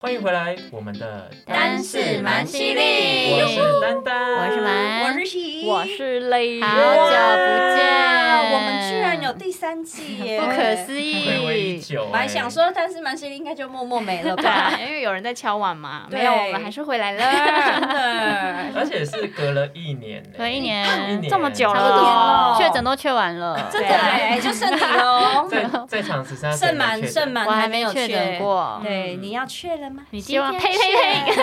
欢迎回来，我们的单是蛮犀利我是丹丹，我是蛮，我是喜，哎我是累，好哇久不见，我们居然有哎第三季耶，不可思回味已议。久、欸我还想，说，但是蛮犀利应该就默默没了对吧？啊， 因为有人在敲碗嘛，对没有，我们还是回 来了。对，而且是隔了一年呢，隔一一年年这么久差不多了，了确诊都确完了，真的对啊哎，就剩你 喽，在在场只剩下剩满剩满，满我还没没有确诊。过。对，嗯你要确了吗？你希望今呸天呸呸！呸，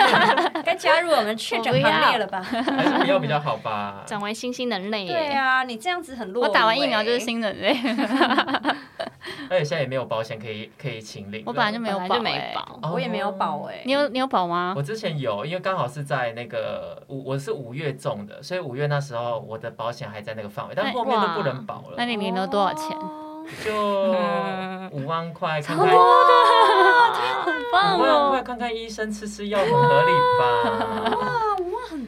该加入我们确诊行列了吧？还是不要比较好吧。转为新兴人类耶。对啊，你这样子很弱。我打完疫苗就是。新人类，而且现在也没有保险可以可以请领了，我本来就没有本来保就没哎保。哦我也没有保哎， 你有你有保吗我？之前有，因为刚好是在那个五，我是五月中的，所以五月那时候我的保险还在那个范围，但那后面都哎哇不能保了那，你领了多少钱？哦就嗯五万块，看看很五万块！看看医生，吃吃药，很合理 吧？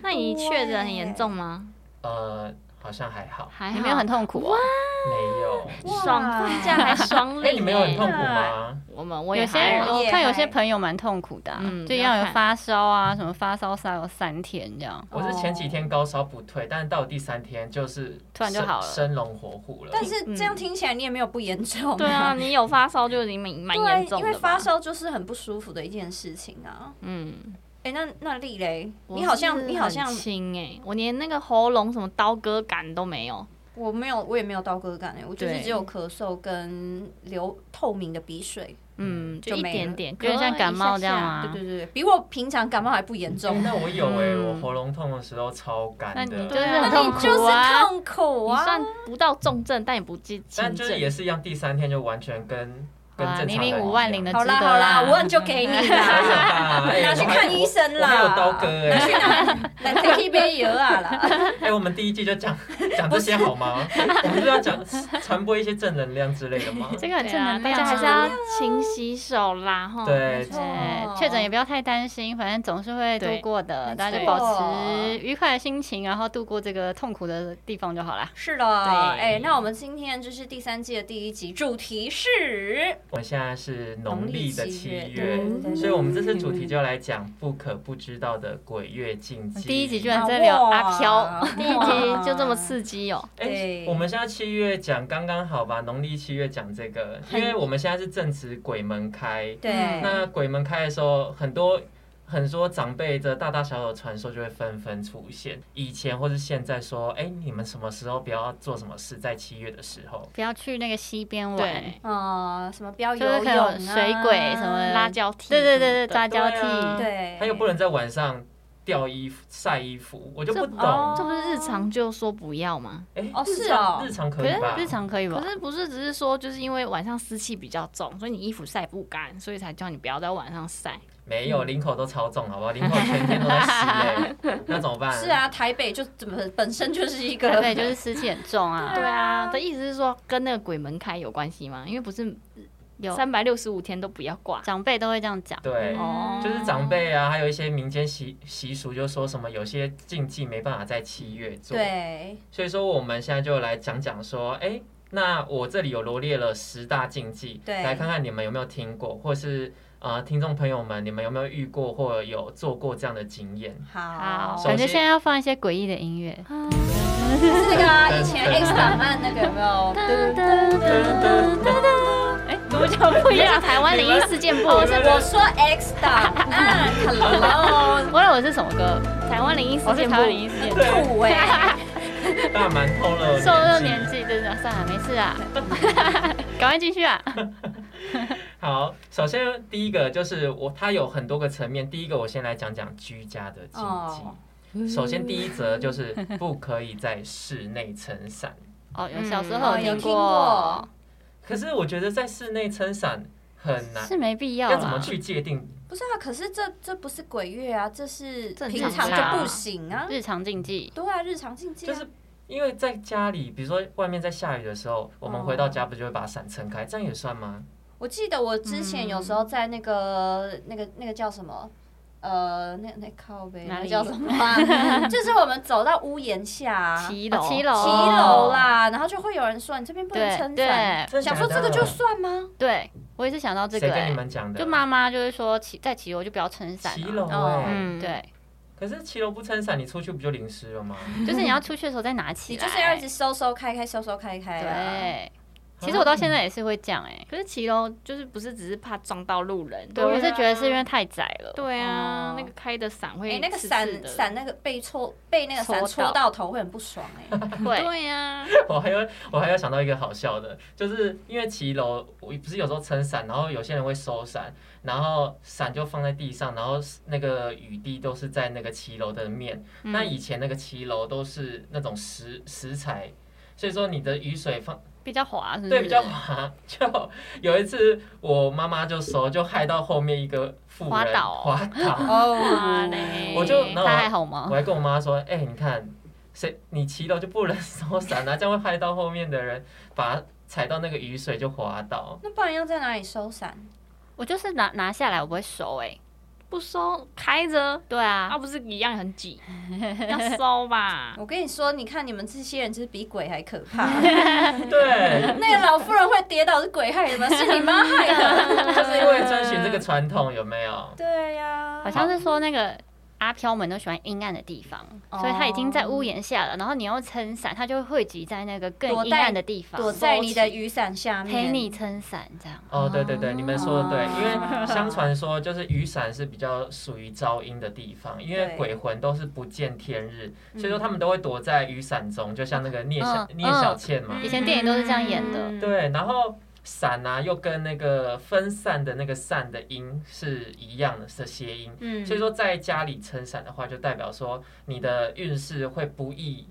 那你确诊很严重吗？呃，好像还好，还你好没有很痛哦苦啊？没有。哇爽，放假还爽领哎，耶。你们有很 痛苦吗？我们我也有些还人好我我也看有还些朋友蛮痛苦的啊嗯，就不要要有看发烧啊，什么发烧烧有三天这样。我是前几天高烧不退，但是到第三天就是突然就生好了生龙活虎了。但是这样听起来你也没有不严重。嗯对啊，，你有发烧就已经蛮蛮严对，重啊因的为吧发，烧就是很不舒服的一件事情啊。嗯，哎，那那丽雷，我你好是像你好像很轻哎、我连那个喉咙什么刀割感都没有，我没有，我也没有刀割感哎，我就是对只有咳嗽跟流透明的鼻水。嗯，就一没点了点，有点像感冒这样啊。吗对对对，比我平常感冒还不严重。那我有哎，嗯我喉咙痛的时候超那干你就的，是很那痛你苦就是啊。痛苦你啊算！不到重症，但也不至但轻就是症。也是一样，第三天就完全跟跟好啦正常人你领一样啊五万领的好啦值得好啦啦，我很就给你啦，拿拿去看医生我还有啦。刀割拿去哎、拿来 take 一杯油啊啦。 哎、我们第一季就讲讲这些好吗？我们就要讲传播一些正能量之类的吗？这个很对正啊能大量家啊，还是要勤洗手啦，哈。对，对确诊也不要太担心，反正总是会度对过的。没大家就错保持愉快的心情，然后度过这个痛苦的地方就好啦。是的，哎，对那我们今天就是第三季的第一集，主题是我们现在是农历的七农历七月嗯月对对，对所以我们这次主题就要来讲不可不知道的鬼月禁忌。第一集居啊然在聊阿 飘，第一集就这么刺激哦、哎、对我们现在七月讲刚刚好吧？农历七月讲这个，因为我们现在是正值鬼门开，对，那鬼门开的时候，很多很多长辈的大大小小的传说就会纷纷出现。以前或是现在说，哎、你们什么时候不要做什么事，在七月的时候，不要去那个溪边玩，对，啊，什么不要游就是可泳能有啊，水鬼什么拉交哎替嗯对什么对的，对对，抓对，交对啊替。对，还有不能在晚上掉衣服、晒衣服，我就不这懂。哦这不是日常就说不要吗？哎哦日是常哦日常可可以吧？是日常可以吧可？是不是只是说，就是因为晚上湿气比较重，所以你衣服晒不干，所以才叫你不要在晚上晒。没嗯有领口都超重，好不好？领口全天都在洗、哎 那怎么办？是，啊，台北就怎么本身就是一个台北就是湿气很重啊， 对啊，的意思是说跟那个鬼门开有关系吗？因为不是有三百六十五天都不要挂。长辈都会这样讲。对。嗯哦就是长辈啊，还有一些民间习习俗，就说什么有些禁忌没办法在七月做。对，所以说我们现在就来讲讲说，哎、那我这里有罗列了十大禁忌，对来看看你们有没有听过，或是呃，听众朋友们，你们有没有遇过或有做过这样的经 验？好，好，首感觉先现在要放一些诡异的音乐。是那个啊，以前 X 档案那个有 没有？哎，怎么讲不一这是样？台湾灵异事件 部，哦我是是我说 X 档 案，Hello，我忘了我是什么歌，台湾灵异事我是件部台。湾灵异事件。酷哎，大馒头了，受热年纪真的算了，没事啊， 赶快继续啊。好，首先第一个就是我，它有很多个层面。第一个，我先来讲讲居家的禁忌。哦首先，第一则 就是不可以在室内撑伞。哦，有小时嗯候有听听过，可是我觉得在室内撑伞很难是，哦没必要要怎么啦。去界定？不是啊，可是这这不是鬼月啊，这是正平常常就不行啊，日常禁忌，对啊，日常禁忌就啊，是因为在家里，比如说外面在下雨的时候，我们回到家不就会把伞撑开，这样也算吗？嗯我记得我之前有时候在那个、那个那个叫什么呃，那那靠呗，哪那里叫什么 啊？ 就是我们走到屋檐下啊、骑骑哦楼，骑楼楼啦，然后就会有人说你这边不能撑伞。对真的想说假这的个就算吗？对，我也是想到这谁个、跟你欸，们讲的？就妈妈就会说骑在骑楼就不要撑伞、啊，骑楼哦哎，嗯，对，对，可是骑楼不撑伞，你出去不就淋湿了吗？就是你要出去的时候再拿起你来，就是要一直收收开开，收收开开啊。对。其实我到现在也是会这样哎、欸，可是骑楼就是不是只是怕撞到路嗯人，对啊我是觉得是因为太窄了，对啊哦，那个开的伞会哎，那个刺刺伞的伞那个被戳被那个伞戳戳到到头会很不爽 哎。会对呀， 我还有我还有想到一个好笑的，就是因为骑楼，我不是有时候撑伞，然后有些人会收伞，然后伞就放在地上，然后那个雨滴都是在那个骑楼的面。嗯那以前那个骑楼都是那种石石材。所以说你的雨水放比较滑，是不是？对比较滑，就有一次我妈妈就手就害到后面一个妇人滑倒哦滑倒， 哇哦嘞，我就然后他还好吗我？还跟我妈说，哎、你看，谁你骑楼就不能收伞啊，这样会害到后面的人，把踩到那个雨水就滑倒。那不然要在哪里收伞？我就是拿拿下来，我不会收哎、欸。不收开着，对啊，啊不是一样很挤，要收吧。我跟你说，你看你们这些人就是比鬼还可怕。 嗯对， 那个老妇人会跌倒是鬼害的吗？是你妈害 的。就是因为遵循这个传统，有没有？对呀好，像是说那个阿飘们都喜欢阴暗的地方，哦所以他已经在屋檐下了，然后你要撑伞，他就会汇集在那个更阴暗的地方，躲在你的雨伞下面，陪你撑伞这样。哦，对对对，你们说的对，哦因为相传说就是雨伞是比较属于招阴的地方，因为对鬼魂都是不见天日，所以说他们都会躲在雨伞中，就像那个聂小嗯聂小倩嘛，以前电影都是这样演的嗯，对，然后伞啊又跟那个分散的那个散的音是一样的，是谐音。嗯所以说，在家里撑伞的话，就代表说你的运势会不易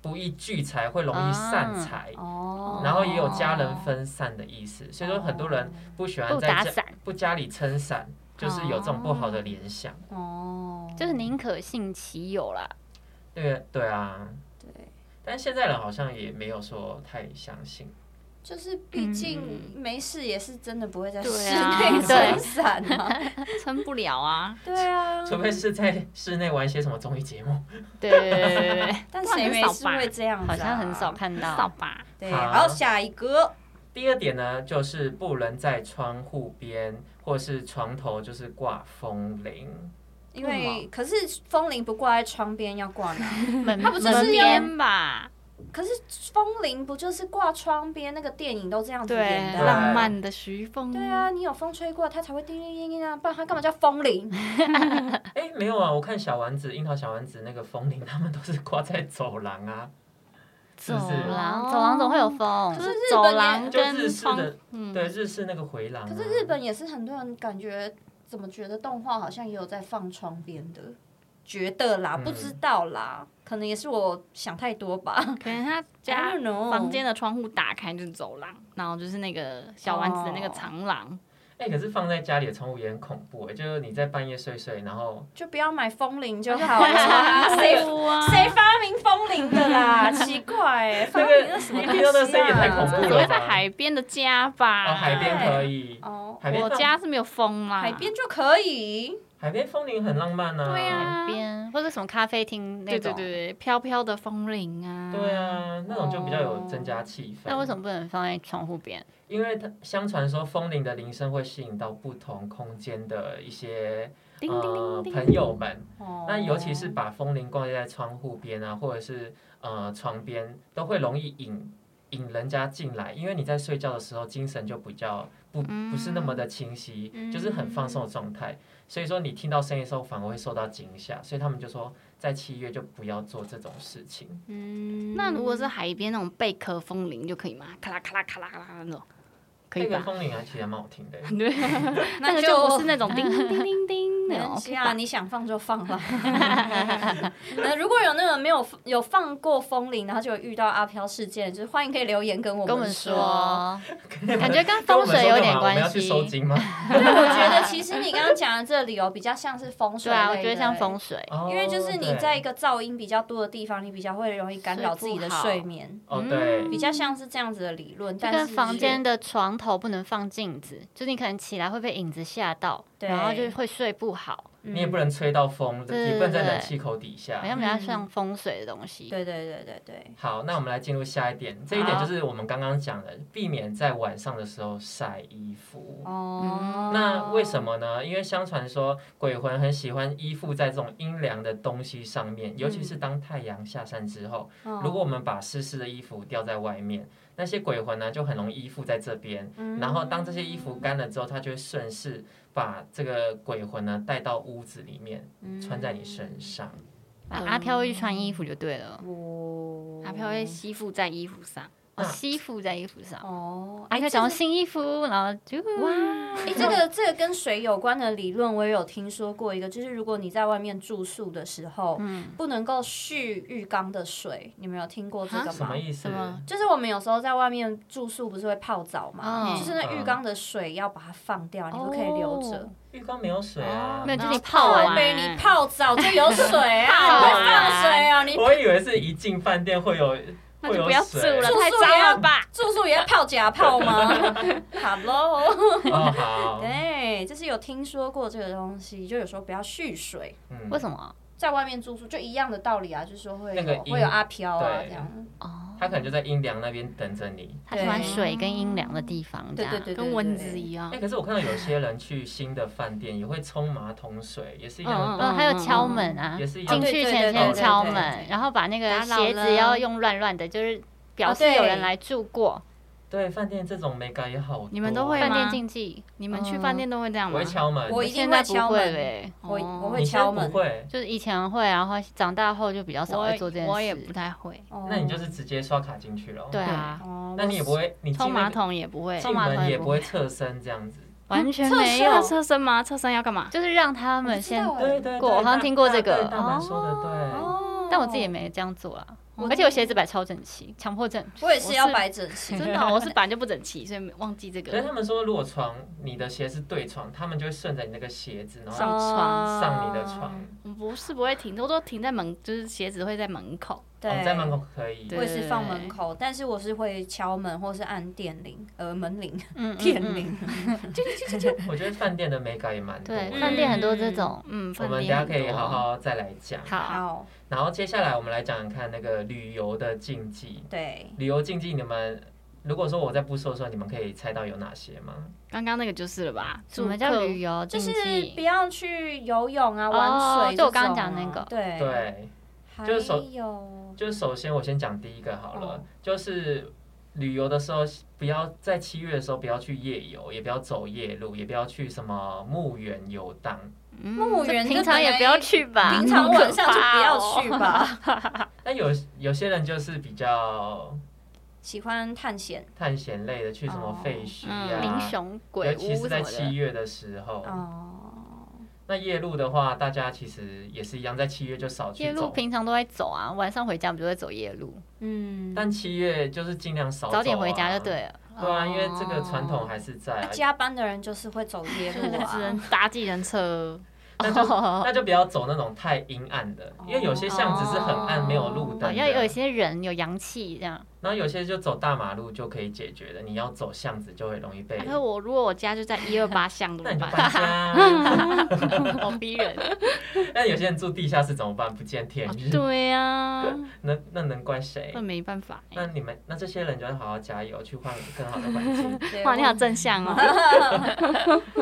不易聚财，会容易散财，啊哦然后也有家人分散的意思。所以说，很多人不喜欢不在打家伞，不家里撑伞，就是有这种不好的联想。哦，就是宁可信其有啦。对对啊，对，但现在人好像也没有说太相信。就是毕竟没事也是真的不会在室对啊嗯内撑伞啊，撑不了啊。 对啊，除非是在室内玩一些什么综艺节目，对对对对对对，但谁没事会这样子好啊？像很少 看到。扫把，对，好然后下一个，第二点呢，就是不能在窗户边或是床头就是挂风铃。因为什为可是风铃不挂在窗边，要挂哪？门它不是门是边烟吧？可是风铃不就是挂窗边？那个电影都这样子演的啊。浪漫的徐风。对啊，你有风吹过，它才会叮叮叮叮啊，不然它干嘛叫 风铃？哎，没有啊，我看小丸子、樱桃小丸子那个风铃，他们都是挂在走廊啊，是走不是？廊，走廊总会有就风，是日走本也廊就日跟式窗的，，嗯，对，日式那个回廊、啊。可是日本也是很多人感觉，怎么觉得动画好像也有在放窗边的，觉得啦，嗯不知道啦，可能也是我想太多 吧。可能他啊家 I don't know 房间的窗户打开就是走廊，然后就是那个小丸子的那个哦长廊，哎，可是放在家里的窗户也很恐怖、哎，就是你在半夜睡睡，然后就不要买风铃就好哎了， 谁 啊谁发明风铃的啦？奇怪、欸，发那明个那什么、你啊？听到那声音也太恐怖嗯只了会在海边的家吧？哦，海边可以，哦，海边啊我家是没有风啊啦，海边就可以。海边风铃很浪漫啊。对啊边或者什么咖啡厅那对对种。对对，飘飘的风铃啊，对，啊，那种就比较有增加气氛。那为什么不能放在窗户边？因为它相传说风铃的铃声会吸引到不同空间的一些叮叮呃叮叮，朋友们，哦那尤其是把风铃挂在窗户边啊，或者是呃床边，都会容易引引人家进来，因为你在睡觉的时候精神就比较不不是那么的清晰，就是很放松的状态，所以说你听到声音的时候反而会受到惊吓，所以他们就说在七月就不要做这种事情。嗯，那如果是海边那种贝壳风铃就可以吗？咔啦咔啦咔啦咔啦那种，可以那吧个？风铃还其实还蛮好听的。对，那个就不是那种 叮叮叮叮叮那没种关系 OK 啊，吧，你想放就放啦。那如果有那种没有有放过风铃，然后就有遇到阿飘事件，就是欢迎可以留言跟我跟我们们说。说，感觉跟风水有点跟我们说干嘛我们关要去系。收金吗？因为我觉得其实你刚刚讲的这个理由比较像是风水对类的，啊，我觉得像风水，哦因为就是你对在一个噪音比较多的地方，你比较会容易干扰自己的睡眠，哦对，比较像是这样子的理论。就但跟是房间的床头不能放镜子，就是你可能起来会被影子吓到，对然后就会睡不好。你也不能吹到风，对也不能在对冷气口底下好。像比较嗯像风水的东西。对对对对对，好，那我们来进入下一点，这一点好就是我们刚刚讲的，避免在晚上的时候晒衣嗯服。哦那为么？什么呢？因为相传说鬼魂很喜欢依附在这种阴凉的东西上面，尤其是嗯当太阳下山之后，哦嗯如果我们把湿湿的衣服吊在外面，那些鬼魂呢就很容易依附在这边。嗯然后当这些衣服干了之后，它就会顺势把这个鬼魂呢带到屋子里面，穿在你嗯身上。啊阿飘会去穿嗯衣服就对了，哦阿飘会吸附在衣服上，哦，那吸附在衣服上，哦，还可以这找到个新衣服，然后就哇，哎，这个这个跟水有关的理论，我也有听说过一个，就是如果你在外面住宿的时候，嗯不能够蓄浴缸的水，你们有听过这个什吗么？意思什？么就是我们有时候在外面住宿，不是会泡澡嘛？嗯就是那浴缸的水要把它放掉，你不可以留着哦。浴缸没有水啊没。有，就是你泡泡完完没？哎你泡澡就有水 啊，泡你完会放水啊？你 我以为是一进饭店会有那会就有不要住水了， 住太宿也要脏了吧？住宿也要泡假 泡吗？Hello，哦，好，对，哎就是有听说过这个东西，就有时候不要蓄水，嗯为什么？在外面住宿就一样的道理啊，就是说会那个有阴会有阿飘啊对这样，哦，他可能就在阴凉那边等着你。他喜欢水跟阴凉的地方，这对样对对，跟蚊子一哎、样，可是我看到有些人去新的饭店也会冲马桶水，也是一样嗯的。嗯，还有敲门啊，也是一样哦进去前先敲门，然后把那个打扰鞋子了要用乱乱的，就是表示哦对有人来住过。对，饭店这种美感也好多你们都会饭吗店禁忌，嗯你们去饭店都会这样我吗会？敲门，我一定现会在不敲会门，嘞。我我会你现在敲门不。会，就是以前会，然后长大后就比较少会做这件事。我也不太会，哦那你就是直接刷卡进去了。对，啊，哦那你也不会，你进冲那马个桶也不会，进马桶门也也不不会侧身这样子。完全没要有，侧身吗？侧身要干嘛？就是让他们我先不知道啊对对对，过我好像大听过大这个对大满说的对。哦但我自己也没这样做啊，哦而且我鞋子摆超整齐，强迫症。我也是要我是摆整齐，真的哦，我是本来就不整齐，所以忘记这可是个。他们说，如果床你的鞋是对床，他们就会顺着你那个鞋子，哦然后上床上你的床。我不是不会停，我都停在门，就是鞋子会在门口。对，哦在门口可以。对我也是放门口，但是我是会敲门或是按电铃，呃，门铃、嗯，嗯 电嗯铃。我觉得饭店的美感也蛮多的。对，饭店很多这种。嗯，我饭们等一店下很可以多好好再来讲。好，好，然后接下来我们来讲讲看那个旅游的禁忌。对，旅游禁忌，你们如果说我在不说的时候，你们可以猜到有哪些吗？刚刚那个就是了吧？什么住叫客旅游就禁忌？是不要去游泳啊、哦玩水这种啊。就我刚刚讲那个对，对，还就是手嗯有就是首先我先讲第一个好了哦，就是旅游的时候不要在七月的时候不要去夜游，也不要走夜路，也不要去什么墓园游荡。嗯墓园平常也不要去吧，平常好可晚上就不怕要哦去。吧，但有有些人就是比较喜欢探险探险类的，去什么废墟嗯民啊，雄尤鬼其屋是什么在的嗯七，月的时候。哦。那夜路的话，大家其实也是一样，在七月就少夜去路走。平常都在走啊，晚上回家不就会走夜路，嗯，但七月就是尽量少、啊，早点回家就。对了。哦对啊，因为这个传统还是在、那啊，加班的人就是会走夜只路啊能，搭计程车。那就那就不要走那种太阴暗的，因为有些巷子是很暗，哦没有路哦灯要有一的。些人有阳气这样，然后有些就走大马路就可以解决的，你要走巷子就会容易被啊。可是我如果我家就在一二八巷怎那么你就搬办？家啊。好逼 人。那有些人住地下室怎么办？不见天哦日，对呀，那那能怪谁嗯那？没办法欸。那你们那这些人就要好好加油，去换更好的环境。对哇，你好我正向哦。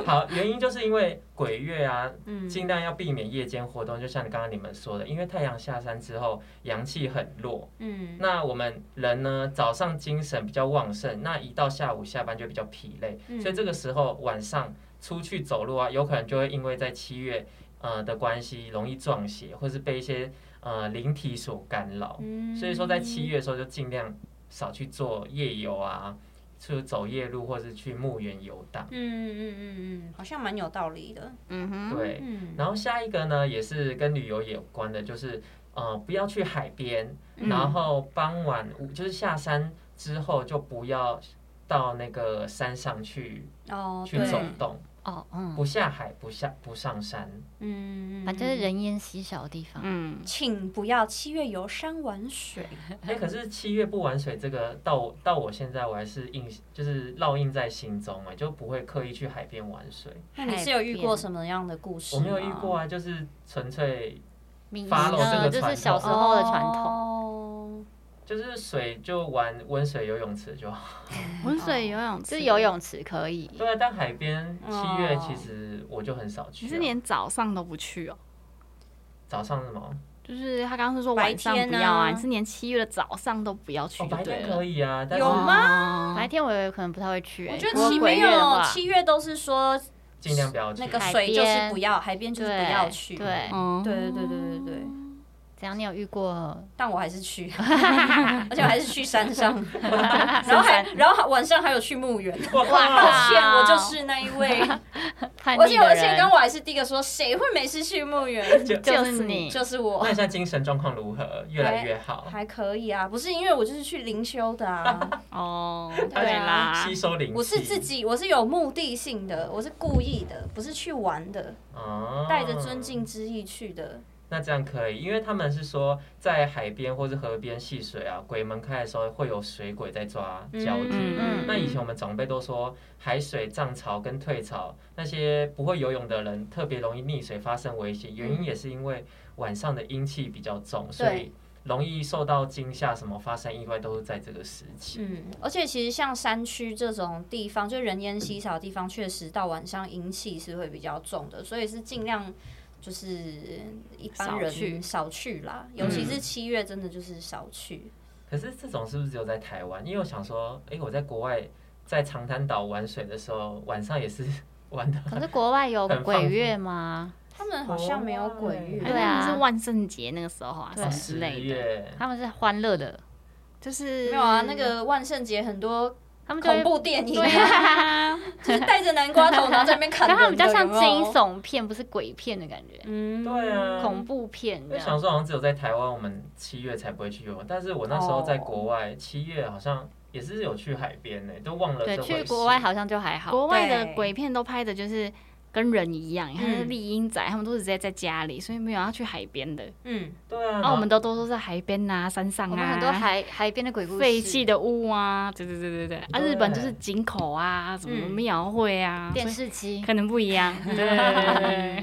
好，原因就是因为鬼月啊，嗯尽量要避免夜间活动，就像刚刚你们说的，因为太阳下山之后阳气很弱，嗯那我们人呢早上精神比较旺盛，那一到下午下班就比较疲累，嗯所以这个时候晚上出去走路啊，有可能就会因为在七月呃的关系容易撞邪，或是被一些呃灵体所干扰，嗯所以说在七月的时候就尽量少去做夜游啊，去走夜路或是去墓园游荡嗯，嗯嗯嗯，好像蛮有道理的。 嗯哼，对。啊嗯，然后下一个呢，也是跟旅游有关的，就是呃，不要去海边，嗯然后傍晚五就是下山之后就不要到那个山上去哦，去对，走动，哦，嗯，不下海，不下不上山。嗯，反正是人烟稀少的地方。嗯，请不要七月游山玩水。哎、可是七月不玩水，这个到我到我现在我还是印，就是烙印在心中哎、就不会刻意去海边玩水。那你是有遇过什么样的故事我吗？没有遇过啊，就是纯粹迷 follow 这呢，个就是传小时统候的传统。哦就是水就玩温水游泳池就好。温水游泳池哦就是游，泳池可以，对啊，但海边七月哦其实我就很少去你啊、是连早上都不去哦？早上是吗？就是他刚刚是说白晚上天不要啊啊，你是连七月的早上都不要去哦，白就对天了可。以啊，但是有吗白天我也可能不太会去、欸。我觉如得果七鬼没月的有话七月都是说尽量不要去。那个海水就是边不要，海边就是不对要去。对，嗯哦对对对对对对， 怎样？你有遇过？但我还是去，而且我还是去 山上， 然后还然后晚上还有去墓园。哇抱哇歉，我就是那一 位，叛而逆且的而且人刚我还是第一个说，谁会没事去墓园？就 就是你，就是我那。你现在精神状况如何？越来越好，还可以啊，不是因为我就是去灵修的 啊，哦，对啊对啦吸，收灵气。我是自己，我是有目的性的，我是故意的，不是去玩的，哦带着尊。敬之意去的。那这样可以，因为他们是说在海边或是河边戏水啊，鬼门开的时候会有水鬼在抓交替。嗯嗯那以前我们长辈都说，海水涨潮跟退潮，那些不会游泳的人特别容易溺水发生危险，原因也是因为晚上的阴气比较重，所以容易受到惊吓，什么发生意外都是在这个时期。嗯，而且其实像山区这种地方，就人烟稀少的地方，确实到晚上阴气是会比较重的，所以是尽量就是一般少人去少去啦，尤其嗯是七月真的就是少去。可是这种是不是只有在台湾？因为我想说，诶，我在国外在长滩岛玩水的时候，晚上也是 玩的。可是国外有很放鬼月吗？他们好像没有鬼月，对啊哎那是万圣节那个时候啊，什对么之十类的，月，他们是欢乐的，就是没有啊，那 个万圣节很多他们就恐会怖电影、对啊，就是戴着南瓜头，然后在那边 砍但他们人的。比较像有没有惊，悚片，不是鬼片的感觉，嗯，对啊，恐怖片因这为想样。说好像只有在台湾我们七月才不会去游泳，但是我那时候在国外七月好像也是有去海边呢、都忘了对这，回去事。国外好像就还好。国外的对鬼片都拍的就是跟人一样，你看那嗯丽英仔他们都是直接在家里，所以没有要去海边的。嗯，对啊，然后哦我们都都说在海边呐、山上我们啊，很多海海边的鬼故事，废弃的屋啊，对对对对对。啊，对日本就是井口啊，什么嗯庙会啊，电所以视机，可能不一样。对，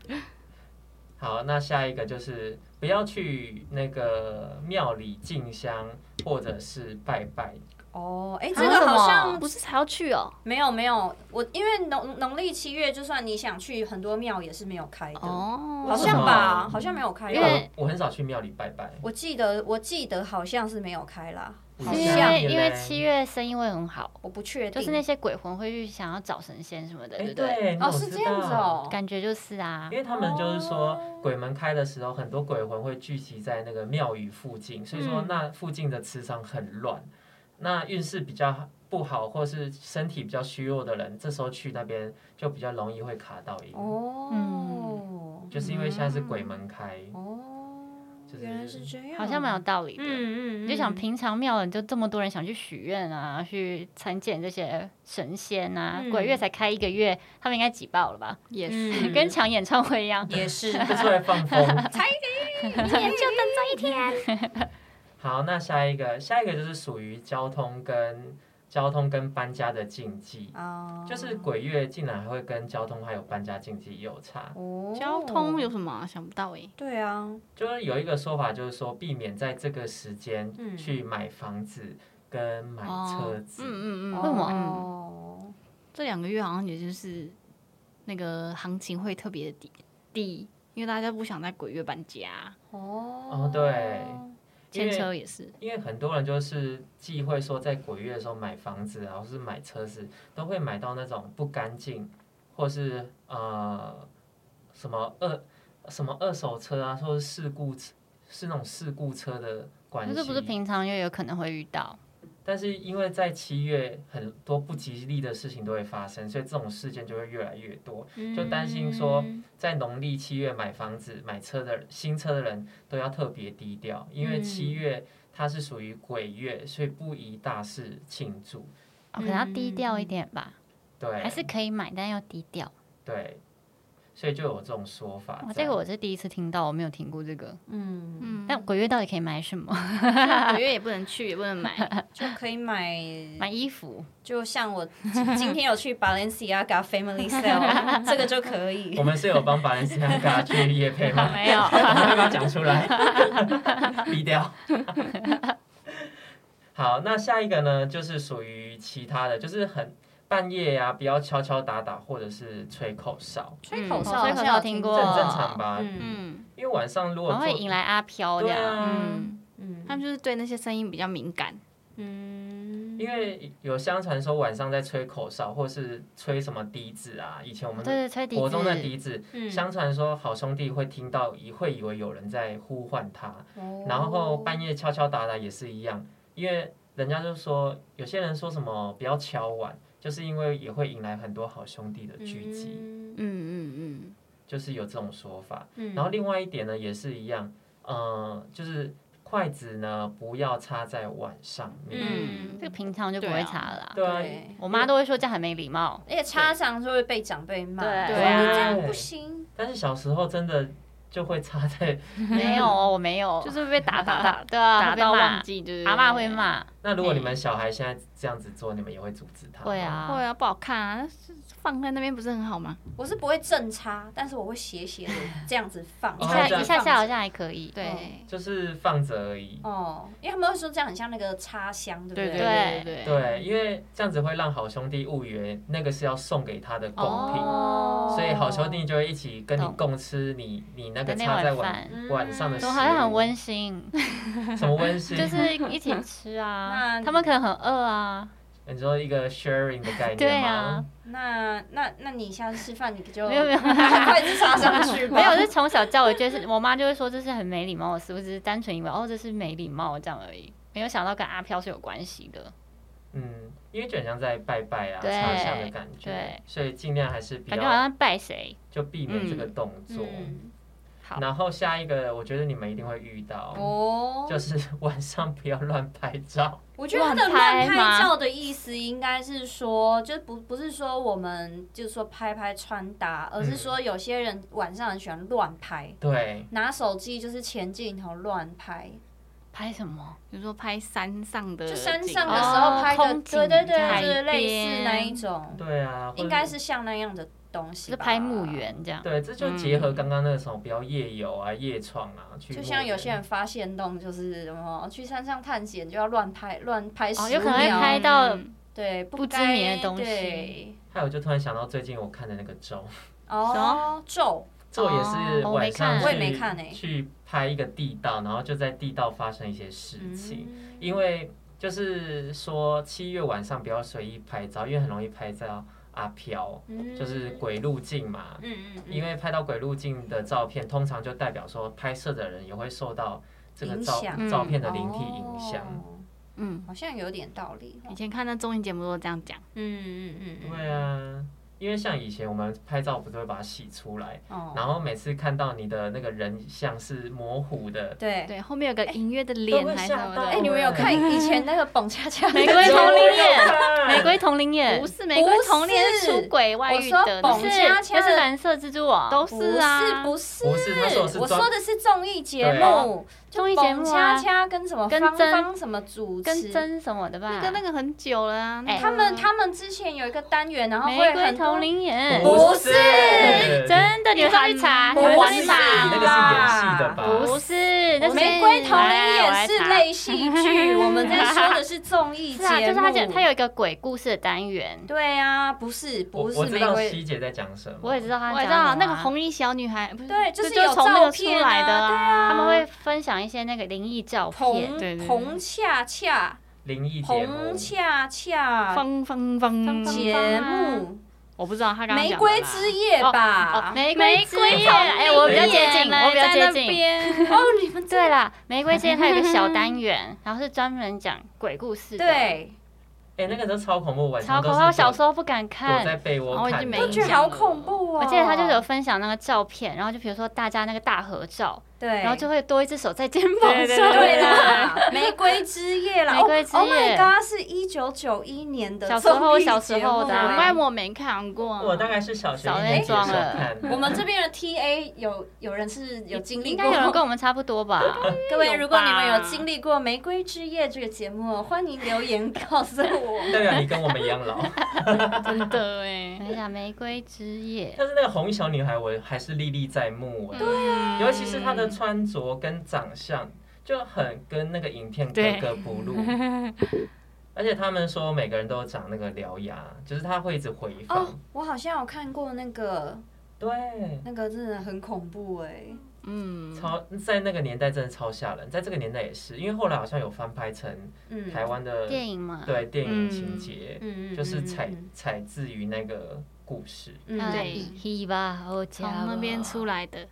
好，那下一个就是不要去那个庙里进香或者是拜拜，哦，哎、啊这个好为什像不是才要去哦。没有没有，我因为农农历七月，就算你想去，很多庙也是没有开的，哦，好像吧，好像没有开因因为为我我很少去庙里拜拜。我记得我记得好像是没有开啦，好是因像为因为七月生意会很好，我不确就定，是那些鬼魂会去想要找神仙什么的，哎、对不对？对，你哦怎么是知这样子道哦，感觉就是啊因，为他们就是说哦，鬼门开的时候，很多鬼魂会聚集在那个庙宇附近，所以说嗯那附近的磁场很乱。那运势比较不好，或是身体比较虚弱的人，这时候去那边就比较容易会卡到阴，哦。嗯就是因为现在是鬼门开，嗯哦，就是原来是这样，好像蛮有道理的。嗯，嗯嗯，你就想平常庙里就这么多人想去许愿啊，去参见这些神仙啊，嗯鬼月才开一个月，他们应该挤爆了吧？也是。 嗯跟抢演唱会一样。也 是，就出来放风。 你也就等这一天。好，那下一个，下一个就是属于交通跟交通跟搬家的禁忌，啊就是鬼月竟然还会跟交通还有搬家禁忌有差。哦交通有什么啊想不到哎？对啊，就是有一个说法，就是说避免在这个时间嗯去买房子跟买车哦，子。嗯嗯嗯，为什么嗯哦，这两个月好像也就是那个行情会特别低低，因为大家不想在鬼月搬家，哦对因牵为车也是。因为很多人就是忌讳说在鬼月的时候买房子啊，或是买车子，都会买到那种不干净，或是呃什么二什么二手车啊，或是事故车，是那种事故车的关可系。是不是平常就有可能会遇到？但是因为在七月很多不吉利的事情都会发生，所以这种事件就会越来越多。就担心说嗯在农历七月买房子、买车的人新车的人都要特别低调，因为嗯七月它是属于鬼月，所以不宜大肆庆祝。啊哦可能要低调一点吧。嗯对，还是可以买，但要低调。对，所以就有这种说法。哇，这个我是第一次听到，我没有听过这个。嗯，嗯，但鬼月到底可以买什么？但鬼月也不能去，也不能买，就可以买，嗯买 衣服？就像我今天有去 Balenciaga Family Sale，这个就可以我。们是有帮 Balenciaga 去夜配 吗？没有我们要不要讲出来？低调。好，那下一个呢，就是属于其他的，就是很半夜呀、不要敲敲打打，或者是吹口哨，吹口哨嗯好吹口像哨有听听这过很正常吧？嗯嗯，因为晚上如果然后会做引来阿飘这对样。啊嗯，嗯他们就是对那些声音比较敏感，嗯，因为有相传说晚上在吹口哨，或是吹什么笛子啊，以前我对们对，吹笛国中的子。笛子，嗯相传说好兄弟会听到，以会以为有人在呼唤他，哦然后半夜敲敲打打也是一样，因为人家就说有些人说什么不要敲碗，就是因为也会引来很多好兄弟的聚集，嗯嗯嗯就是有这种说法。嗯然后另外一点呢也是一样，呃，就是筷子呢不要插在碗上面，嗯这个平常就不对会啊查了啦。对啊，对我妈都会说这样很没礼貌。而且插上就会被长辈骂，对说对啊你这样不行。但是小时候真的就会插在 没有，哦我没有，就是被打打打 对啊，打会被到骂忘，记，就是阿妈会，骂，啊那如果你们小孩现在这样子做，你们也会阻止他？嗯会。啊，会啊，不好看啊，是放在那边不是很好吗？我是不会正插，但是我会斜斜的这样子放，一然后下这一样下下好像还可以。对就是放着而已。哦，因为他们会说这样很像那个插香，对不对对？对对对，对，因为这样子会让好兄弟误以为那个是要送给他的贡品，哦所以好兄弟就会一起跟你懂共吃你你那个的那插在碗碗饭，嗯碗上的食都物，好像很温馨，什么温馨？就是一起吃啊那。他们可能很饿啊， 你说一个 sharing 的概 对念啊吗？，那那那你下次吃饭你就没有没有筷子插上去吧。没有，是从小教我，就是我妈就会说这是很没礼貌的事，我只是单纯以为哦这是没礼貌这样而已，没有想到跟阿飘是有关系的。嗯，因为就很像在拜拜啊、对插香的感觉对，所以尽量还是比感觉好较像拜谁就避免这个动作。嗯，好然后下一个，我觉得你们一定会遇到，哦，就是 晚上不要乱拍 照。我觉得他的乱乱拍拍吗照的意思应该是说，就是不不是说我们就是说拍拍穿搭，而是说有些人晚上很喜欢乱拍，对，拿手机就是前镜头乱拍，拍什么？比如说拍山上的就景，山上的哦时候拍的，空景对对海对，就是类似边那一种，对啊，或者应该是像那样的东西是吧，拍墓园这样。对，这就结合刚刚那个什么，不要夜游啊、夜闯啊，去就露像营有些人发现洞，就是什么哦去山上探险就要乱拍乱拍十哦，秒，有可能会拍到嗯对不不知该名的东西对还有就突然想到最近我看的那个咒，哦，咒咒也是哦我晚没上看去、我也没看欸去拍一个地道，然后就在地道发生一些事情，嗯因为就是说七月晚上不要随意拍照，因为很容易拍照阿飘，嗯就是鬼路径嘛。嗯嗯嗯，因为拍到鬼路径的照片，通常就代表说拍摄的人也会受到这个照影响照片嗯的灵体影响。哦嗯，好像有点道理。以前看那综艺节目都这样讲，嗯嗯嗯嗯，对啊，因为像以前我们拍照不是会把它洗出来，哦，然后每次看到你的那个人像是模糊的，对。对，后面有个哎隐约的脸还是什么都会吓到的，哎，你们有看以前那个蹦恰恰 的玫瑰节目同龄眼，玫眼，瑰同龄眼不。是玫瑰同恋是出轨外遇的，我不是，说蹦恰恰那是蓝色蜘蛛网，都不是啊，不是不是他说的是我专说的是综艺节对啊目，就综艺节目蹦啊恰恰跟什么跟芳曾芳什么主持，跟真什么的吧？那个那个很久了啊，那个他们他们之前有一个单元，然后玫会瑰很多同龄眼，不是，真的，你们上去查，你不们上你去是那个查，是演戏的吧？不是，那是玫瑰同龄来也来是来类戏剧，我们在说的是综艺 是节啊，目，就是他讲他有一个鬼故事的单元，对啊，不是我不是我知玫道瑰，西姐在讲什么，我也知道他我讲知什么道啊那个红衣小女孩，不是对，就这是就有是从那照个出片来的啊，啊，他们会分享一些那个灵异照片，对红对对红恰恰灵异节目红，恰恰方方方方节目我不知道他刚刚玫讲的瑰啦之夜吧哦，。玫啊玫瑰之瑰夜，同哎，我比较龄眼接近，来我比较在接那近。边哦，你 们对啦，玫瑰之夜它有一个小单元，然后是专门讲鬼故事的，，对，哎，那个时候超恐怖，晚超上恐都怖，我是小躲时候不敢躲在看。被窝哦我已看经的，没我觉得好恐怖哦。我记得他就是有分享那个照片，然后就比如说大家那个大合照，对，然后就会多一只手在肩膀对对上。 对啦，玫瑰之夜啦，玫瑰之夜 o h my god，是一九九一年的小时候综艺小时候的啊对节目难怪我没看过啊。我大概是小学少一在年级的装时候了看的。我们这边的 TA 有有人是有经历应过，该有人跟我们差不多吧？ 各位，如果你们有吧有经历过《玫瑰之夜》这个节目，欢迎留言告 诉我。代表你跟我们一样老， 真的哎，等一下，玫瑰之夜，但是那个红衣小女孩我还是历历在目哎、啊对尤其是她的穿着跟长相就很跟那个影片格格不 入。而且他们说每个人都有长那个獠牙，就是她会一直回放。哦，我好像有看过那个，对，那个真的很恐怖哎、嗯，超在那个年代真的超吓人，在这个年代也是，因为后来好像有翻拍成嗯，啊台湾的、电影嘛，对电影情节，嗯，嗯就是采嗯采自于那个故事。嗯嗯对希吧，我从那边出来。来的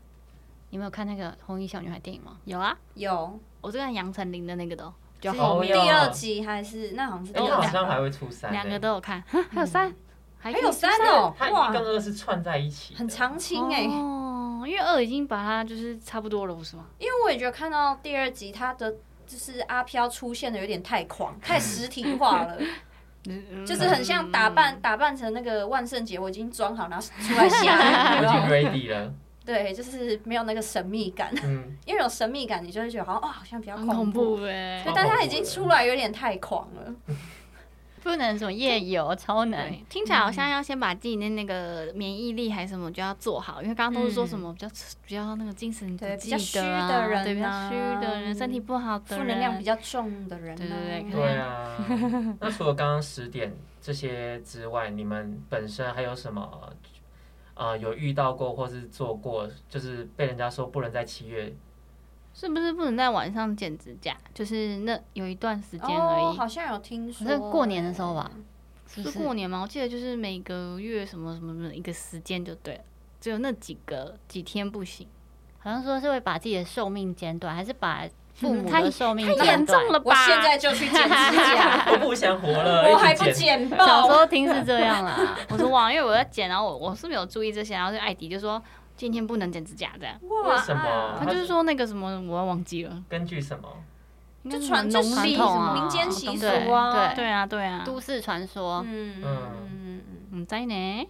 你没有看那个《红衣小女孩》电影吗？有啊，有我是看杨丞琳的那个的哦，就好红哦第二集还是那好像是第哎、二欸，他好集像还会出三、两个欸，都有看，哈还有嗯三，还还可以有出三哦，他一跟哇，二是串在一起，很。长青哎、哦，因为二已经把它就是差不多了，不是吗？因为我也觉得看到第二集他的。就是阿飘出现的有点太狂，太实体化 了，嗯就是很像打扮打扮成那个万圣节，我已经装好，然后出来 我已吓人你知道经吗 ready 了，对，就是没有那个神秘感， 嗯，因为有神秘感，你就会觉得好像哦，好像比较很怖。恐怖哎对，，但他已经出来有点太狂了。不能什么夜游，超难。对，听起来好像要先把自己的那个免疫力还是什么就要做好，因为刚刚都是说什么比较比较那个精神不对比济较虚啊的人对比较啊虚的人，身体不好的负人，能量比较重的人、啊，对对对对啊。那除了刚刚十点这些之外，你们本身还有什么？啊、有遇到过或是做过，就是被人家说不能在七月，是不是不能在晚上剪指甲？就是那有一段时间哦而，已。好像有听说，那过年的时候吧，是不是是？过年吗？我记得就是每个月什么什么什么一个时间就对了，只有那几个几天不行。好像说是会把自己的寿命减短，还是把父母嗯太的寿命太减严短重？了吧？我现在就去剪指甲，我不想活了， 我还一直不剪 剪小时爆。候听是这样啦， 我说哇，因为我在剪，然后我我是没有注意这些，然后就艾迪就说今天不能剪指甲这样，哇啊为什么啊他就是说那个什么，我忘记了，根据什么？应该就是传什就么农习历传统什么哦啊民间习俗啊，对对啊对啊，都市传说。嗯嗯嗯嗯在呢，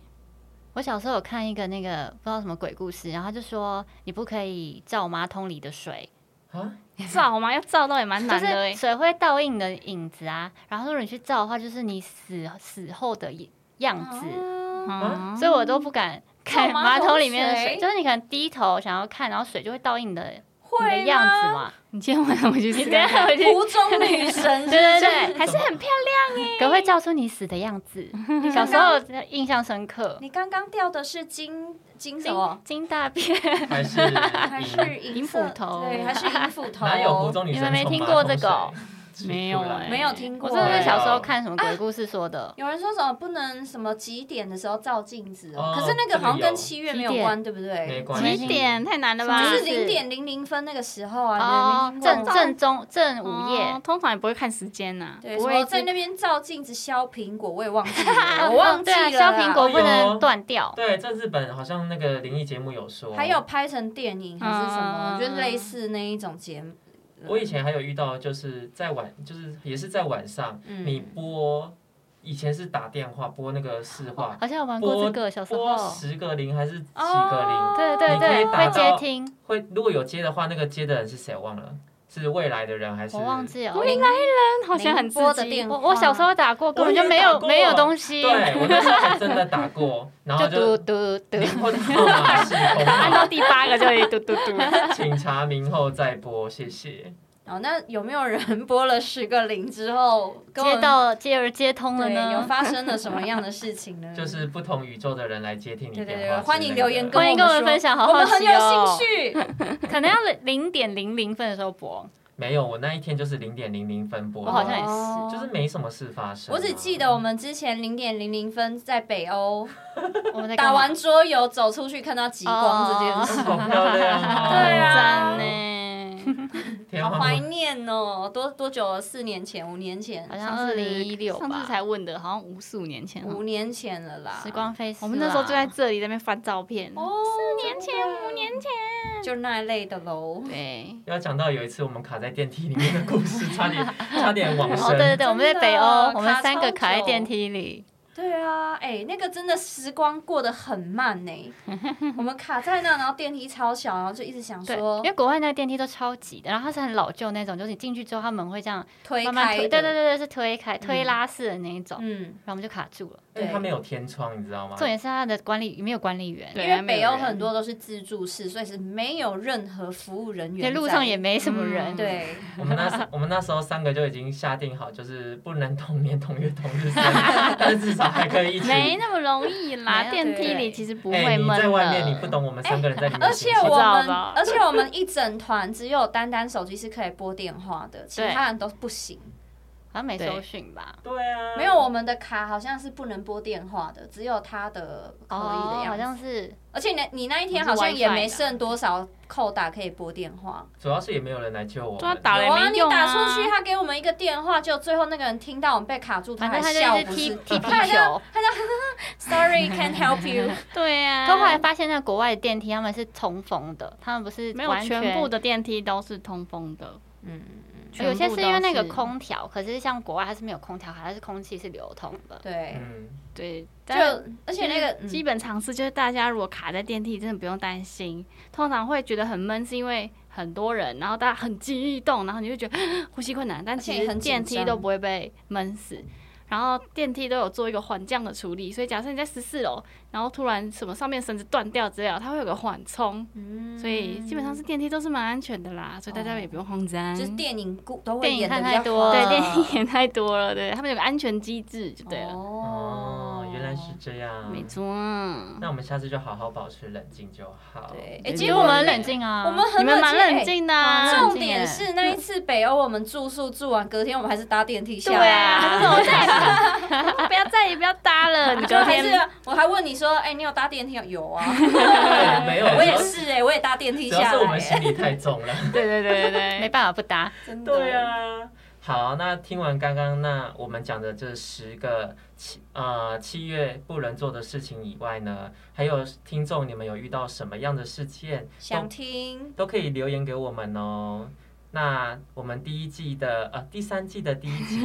我小时候有看一个那个不知道什么鬼故事，然后他就说你不可以照马桶里的水，啊，照嘛要照到也蛮就难的是欸，水会倒映你的影子啊。然后如果你去照的话，就是你死死后的样子。嗯，啊嗯，所以我都不敢看照马马桶桶里面的水，水就是你可能低头想要看，然后水就会倒映你的你的会样子吗？嘛。你今天晚上回去啊你试等一看下看，回去，湖中女神对是不是对对，还是怎么很漂亮哎，可会照出你死的样子。小时候印象深刻， 你刚刚掉的是金金什么？金大便，还是还银？是银银色斧头对，还是银斧 头？哪有湖中女你生们没从听马过桶这个哦水没有出来欸没有听过我欸？真的是小时候看什么鬼故事说的，有人说什么不能什么几点的时候照镜子哦哦，可是那个好像这个跟有七月没几有点关，对不没对？关没系， 几点太难了吧什？么就是意思零点零零分那个时候啊，哦你们，正听过吗正中正午夜哦，通常也不会看时间呐，对，不什会么一直在那边照镜子削苹果，我也忘记 了，我忘记对啊，了削啦。苹果不能断掉，哎对，这日本好像那个灵异节目有说，还有拍成电影还是什么，嗯就是类似那一种节目。我以前还有遇到，就是在晚，就是也是在晚上，嗯你播以前是打电话拨那个市话，好像有玩过这个小时拨候，十个零还是几个零？哦对对对，你可以打会接到听，会如果有接的话，那个接的人是谁忘了？是未来的人还是？我忘记了，我来好像很刺播的激电话，我我小时候打过，根本就我没也打有过没有东西，对，我那时候还 真的打过，然后就嘟就嘟嘟，零后号码啊 是空按 到号，第八个就会嘟嘟嘟。 请查明后再拨，谢谢。哦，那有没有人播了十个零之后跟我接到接而接通了对有呢。发生了什么样的事情呢？ 就是不同宇宙的人来接听你嗯对电话对之类对，的。欢迎留言跟欢迎跟我我们分享好好我们很奇有哦兴 趣。可能要零点零零分的时候播，没有，我那一天就是零点零零分播的，我好像也是哦就是没什么事发生啊、我只记得我们之前零点零零分在北欧我们在干嘛打完桌游走出去看到极光这件哦事。 好漂亮哦！对啊，赞呢。天好皇怀后念哦，多多久了？四年前、五年前，好像上次2016上吧次才问的，好像五四五年前哦。五年前了啦。时光飞逝啦。我们那时候就在这里在那边翻照片。哦，四年前、五年前，就那一类的喽。对，要讲到有一次我们卡在电梯里面的故事，差 点差点往哦，对对生。对，我们在真的啊北欧，我们卡三超个卡在久电梯里，对啊，哎、那个真的时光过得很慢呢、 我们卡在那，然后电梯超小，然后就一直想对，说因为国外那个电梯都超挤的，然后它是很老旧那种，就是你进去之后它门会这样推慢慢开推，的，对对对对，是推开嗯推拉式的那一种，嗯，然后我们就卡住了。因为它没有天窗，你知道吗重？点是它的管理没有管理员，对因还为没有北欧人很多都是自助式，所以是没有任何服务人在员，路上也没什么嗯人，对，我们那时 我们那时候三个就已经下定好，就是不能同年同月同日生， 但是至少还可以一起。没那么容易没啦，有电梯对里其实不哎，会你闷在外面的你不懂我们三个人在里面的而心且情。我知道们吧，而且我们一整团只有丹丹手机是可以拨电话的，其对他人都不行。好像没对收讯吧？对啊，没有，我们的卡好像是不能拨电话的，只有他的可以哦的，样好子。像是而且你你那一天我好是像也 WiFi 没的剩多少扣打可以拨电话。主要是也没有人来救我对啊们。打了也有啊，没你用打啊出去，他给我们一个电话，就最后那个人听到我们被卡住，反还正他笑就一不直是踢？踢他好皮像 球。 Sorry, can't help you。对啊呀、可后来发现，那国外的电梯他们是通风的，他们不是嗯没有完全部的电梯都是通风的，嗯，有些全部是都因为那个空调，可是像国外它是没有空调，它是空气是流通的。对，嗯，对，就但而且那个其实嗯基本常识就是大家如果卡在电梯，真的不用担心。通常会觉得很闷，是因为很多人，然后大家很激动，然后你就觉得 呼吸困难，但其而且实很紧电张梯都不会被闷死。然后电梯都有做一个缓降的处理，所以假设你在十四楼，然后突然什么上面绳子断掉之类的，它会有个缓冲，嗯所以基本上是电梯都是蛮安全的啦，所以大家也不用慌张。就是哦电影故都会电影演的看比太较多了好对，电影演太多了，对他们有个安全机制就啊对了，哦哦，，原来是这样。没错。那我们下次就好好保持冷静就好。对，哎，哎，结结果果我们很那冷静啊，我们很你们蛮冷哎静的啊、很冷重静点耶是那一次北欧，我们住宿住完，隔天我们还是搭电梯对下来。 啊，我再也不不要再也不要搭了，你就隔还是天 我还问你说，哎、你有搭电梯吗？有啊，哎没有， 我也是哎、我也搭电梯主要下是我来、们哎心理太重了。 对对对对没对，办法不搭。真的。对啊。好，那听完刚刚那我们讲的这十个七呃七月不能做的事情以外呢，还有听众你们有遇到什么样的事件，想听都可以留言给我们哦。那我们第一季的呃第三季的第一 集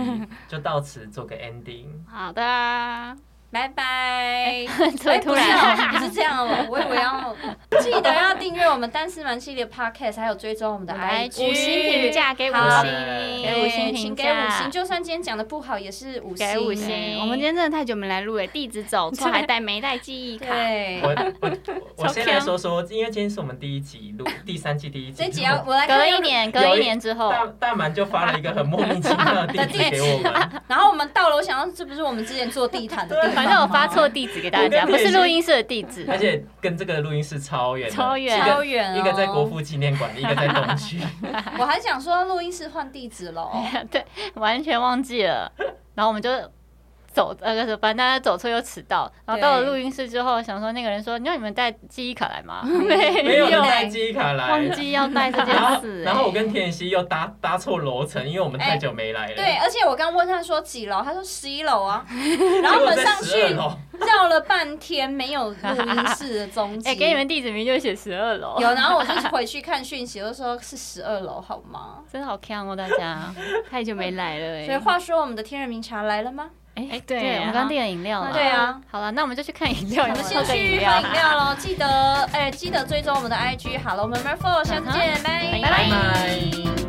就到此做个 ending。好的啊，拜 拜。所以突然，哎不是哦、不是这样 哦，我以为要记得要订阅我们单思蛮系列 podcast，还有追踪我们的我们的 IG， IG 五星评价给五好星，对给五星评价请给五星，就算今天讲的不好，也是五星，哎给五星对我们今天真的太久没来录了，地址走 错，还带没带记忆卡，对我，我我超先来强说说，因为今天是我们第一集录第三季第一集这录，集要我来隔看一年，隔有一一年之后，大大满就发了一个很莫名其妙的 地址给我们。然后我们到了，我想到这不是我们之前做地毯的 地方吗反正我发错地址给大家，我跟不你也是是录音室的地址。而且跟这个录音室超远的，超远一个超远哦一个在国父纪念馆，一个在东区。我还想说录音室换地址 喽，对，完全忘记了。然后我们就走，呃，就是反正大家走错又迟到。然后到了对录音室之后，想说那个人说：“你有你们带记忆卡来吗？”没有人有带记忆卡来，忘记要带这 件然后事、然后我跟哎田曦又搭搭错楼层，因为我们太久没来了。哎对，而且我刚问他说几楼，他说十一楼 啊，然结后我果们在上去12楼， 绕了半天，没有录音室的踪 迹。哎、给你们地址名就写十二楼，有，然后我就回去看讯息，我就说是十二楼好吗？真的好看哦，大家。太久没来了、哎所以话说，我们的天人茗茶来了吗？哎、对对，我们刚啊订了饮料了。对啊，好了，那我们就去看饮料，我有没们有先喝个饮去料喝？饮料喽，记得哎、记得追踪我们的 IG Hello Member Four，下次见，拜拜拜。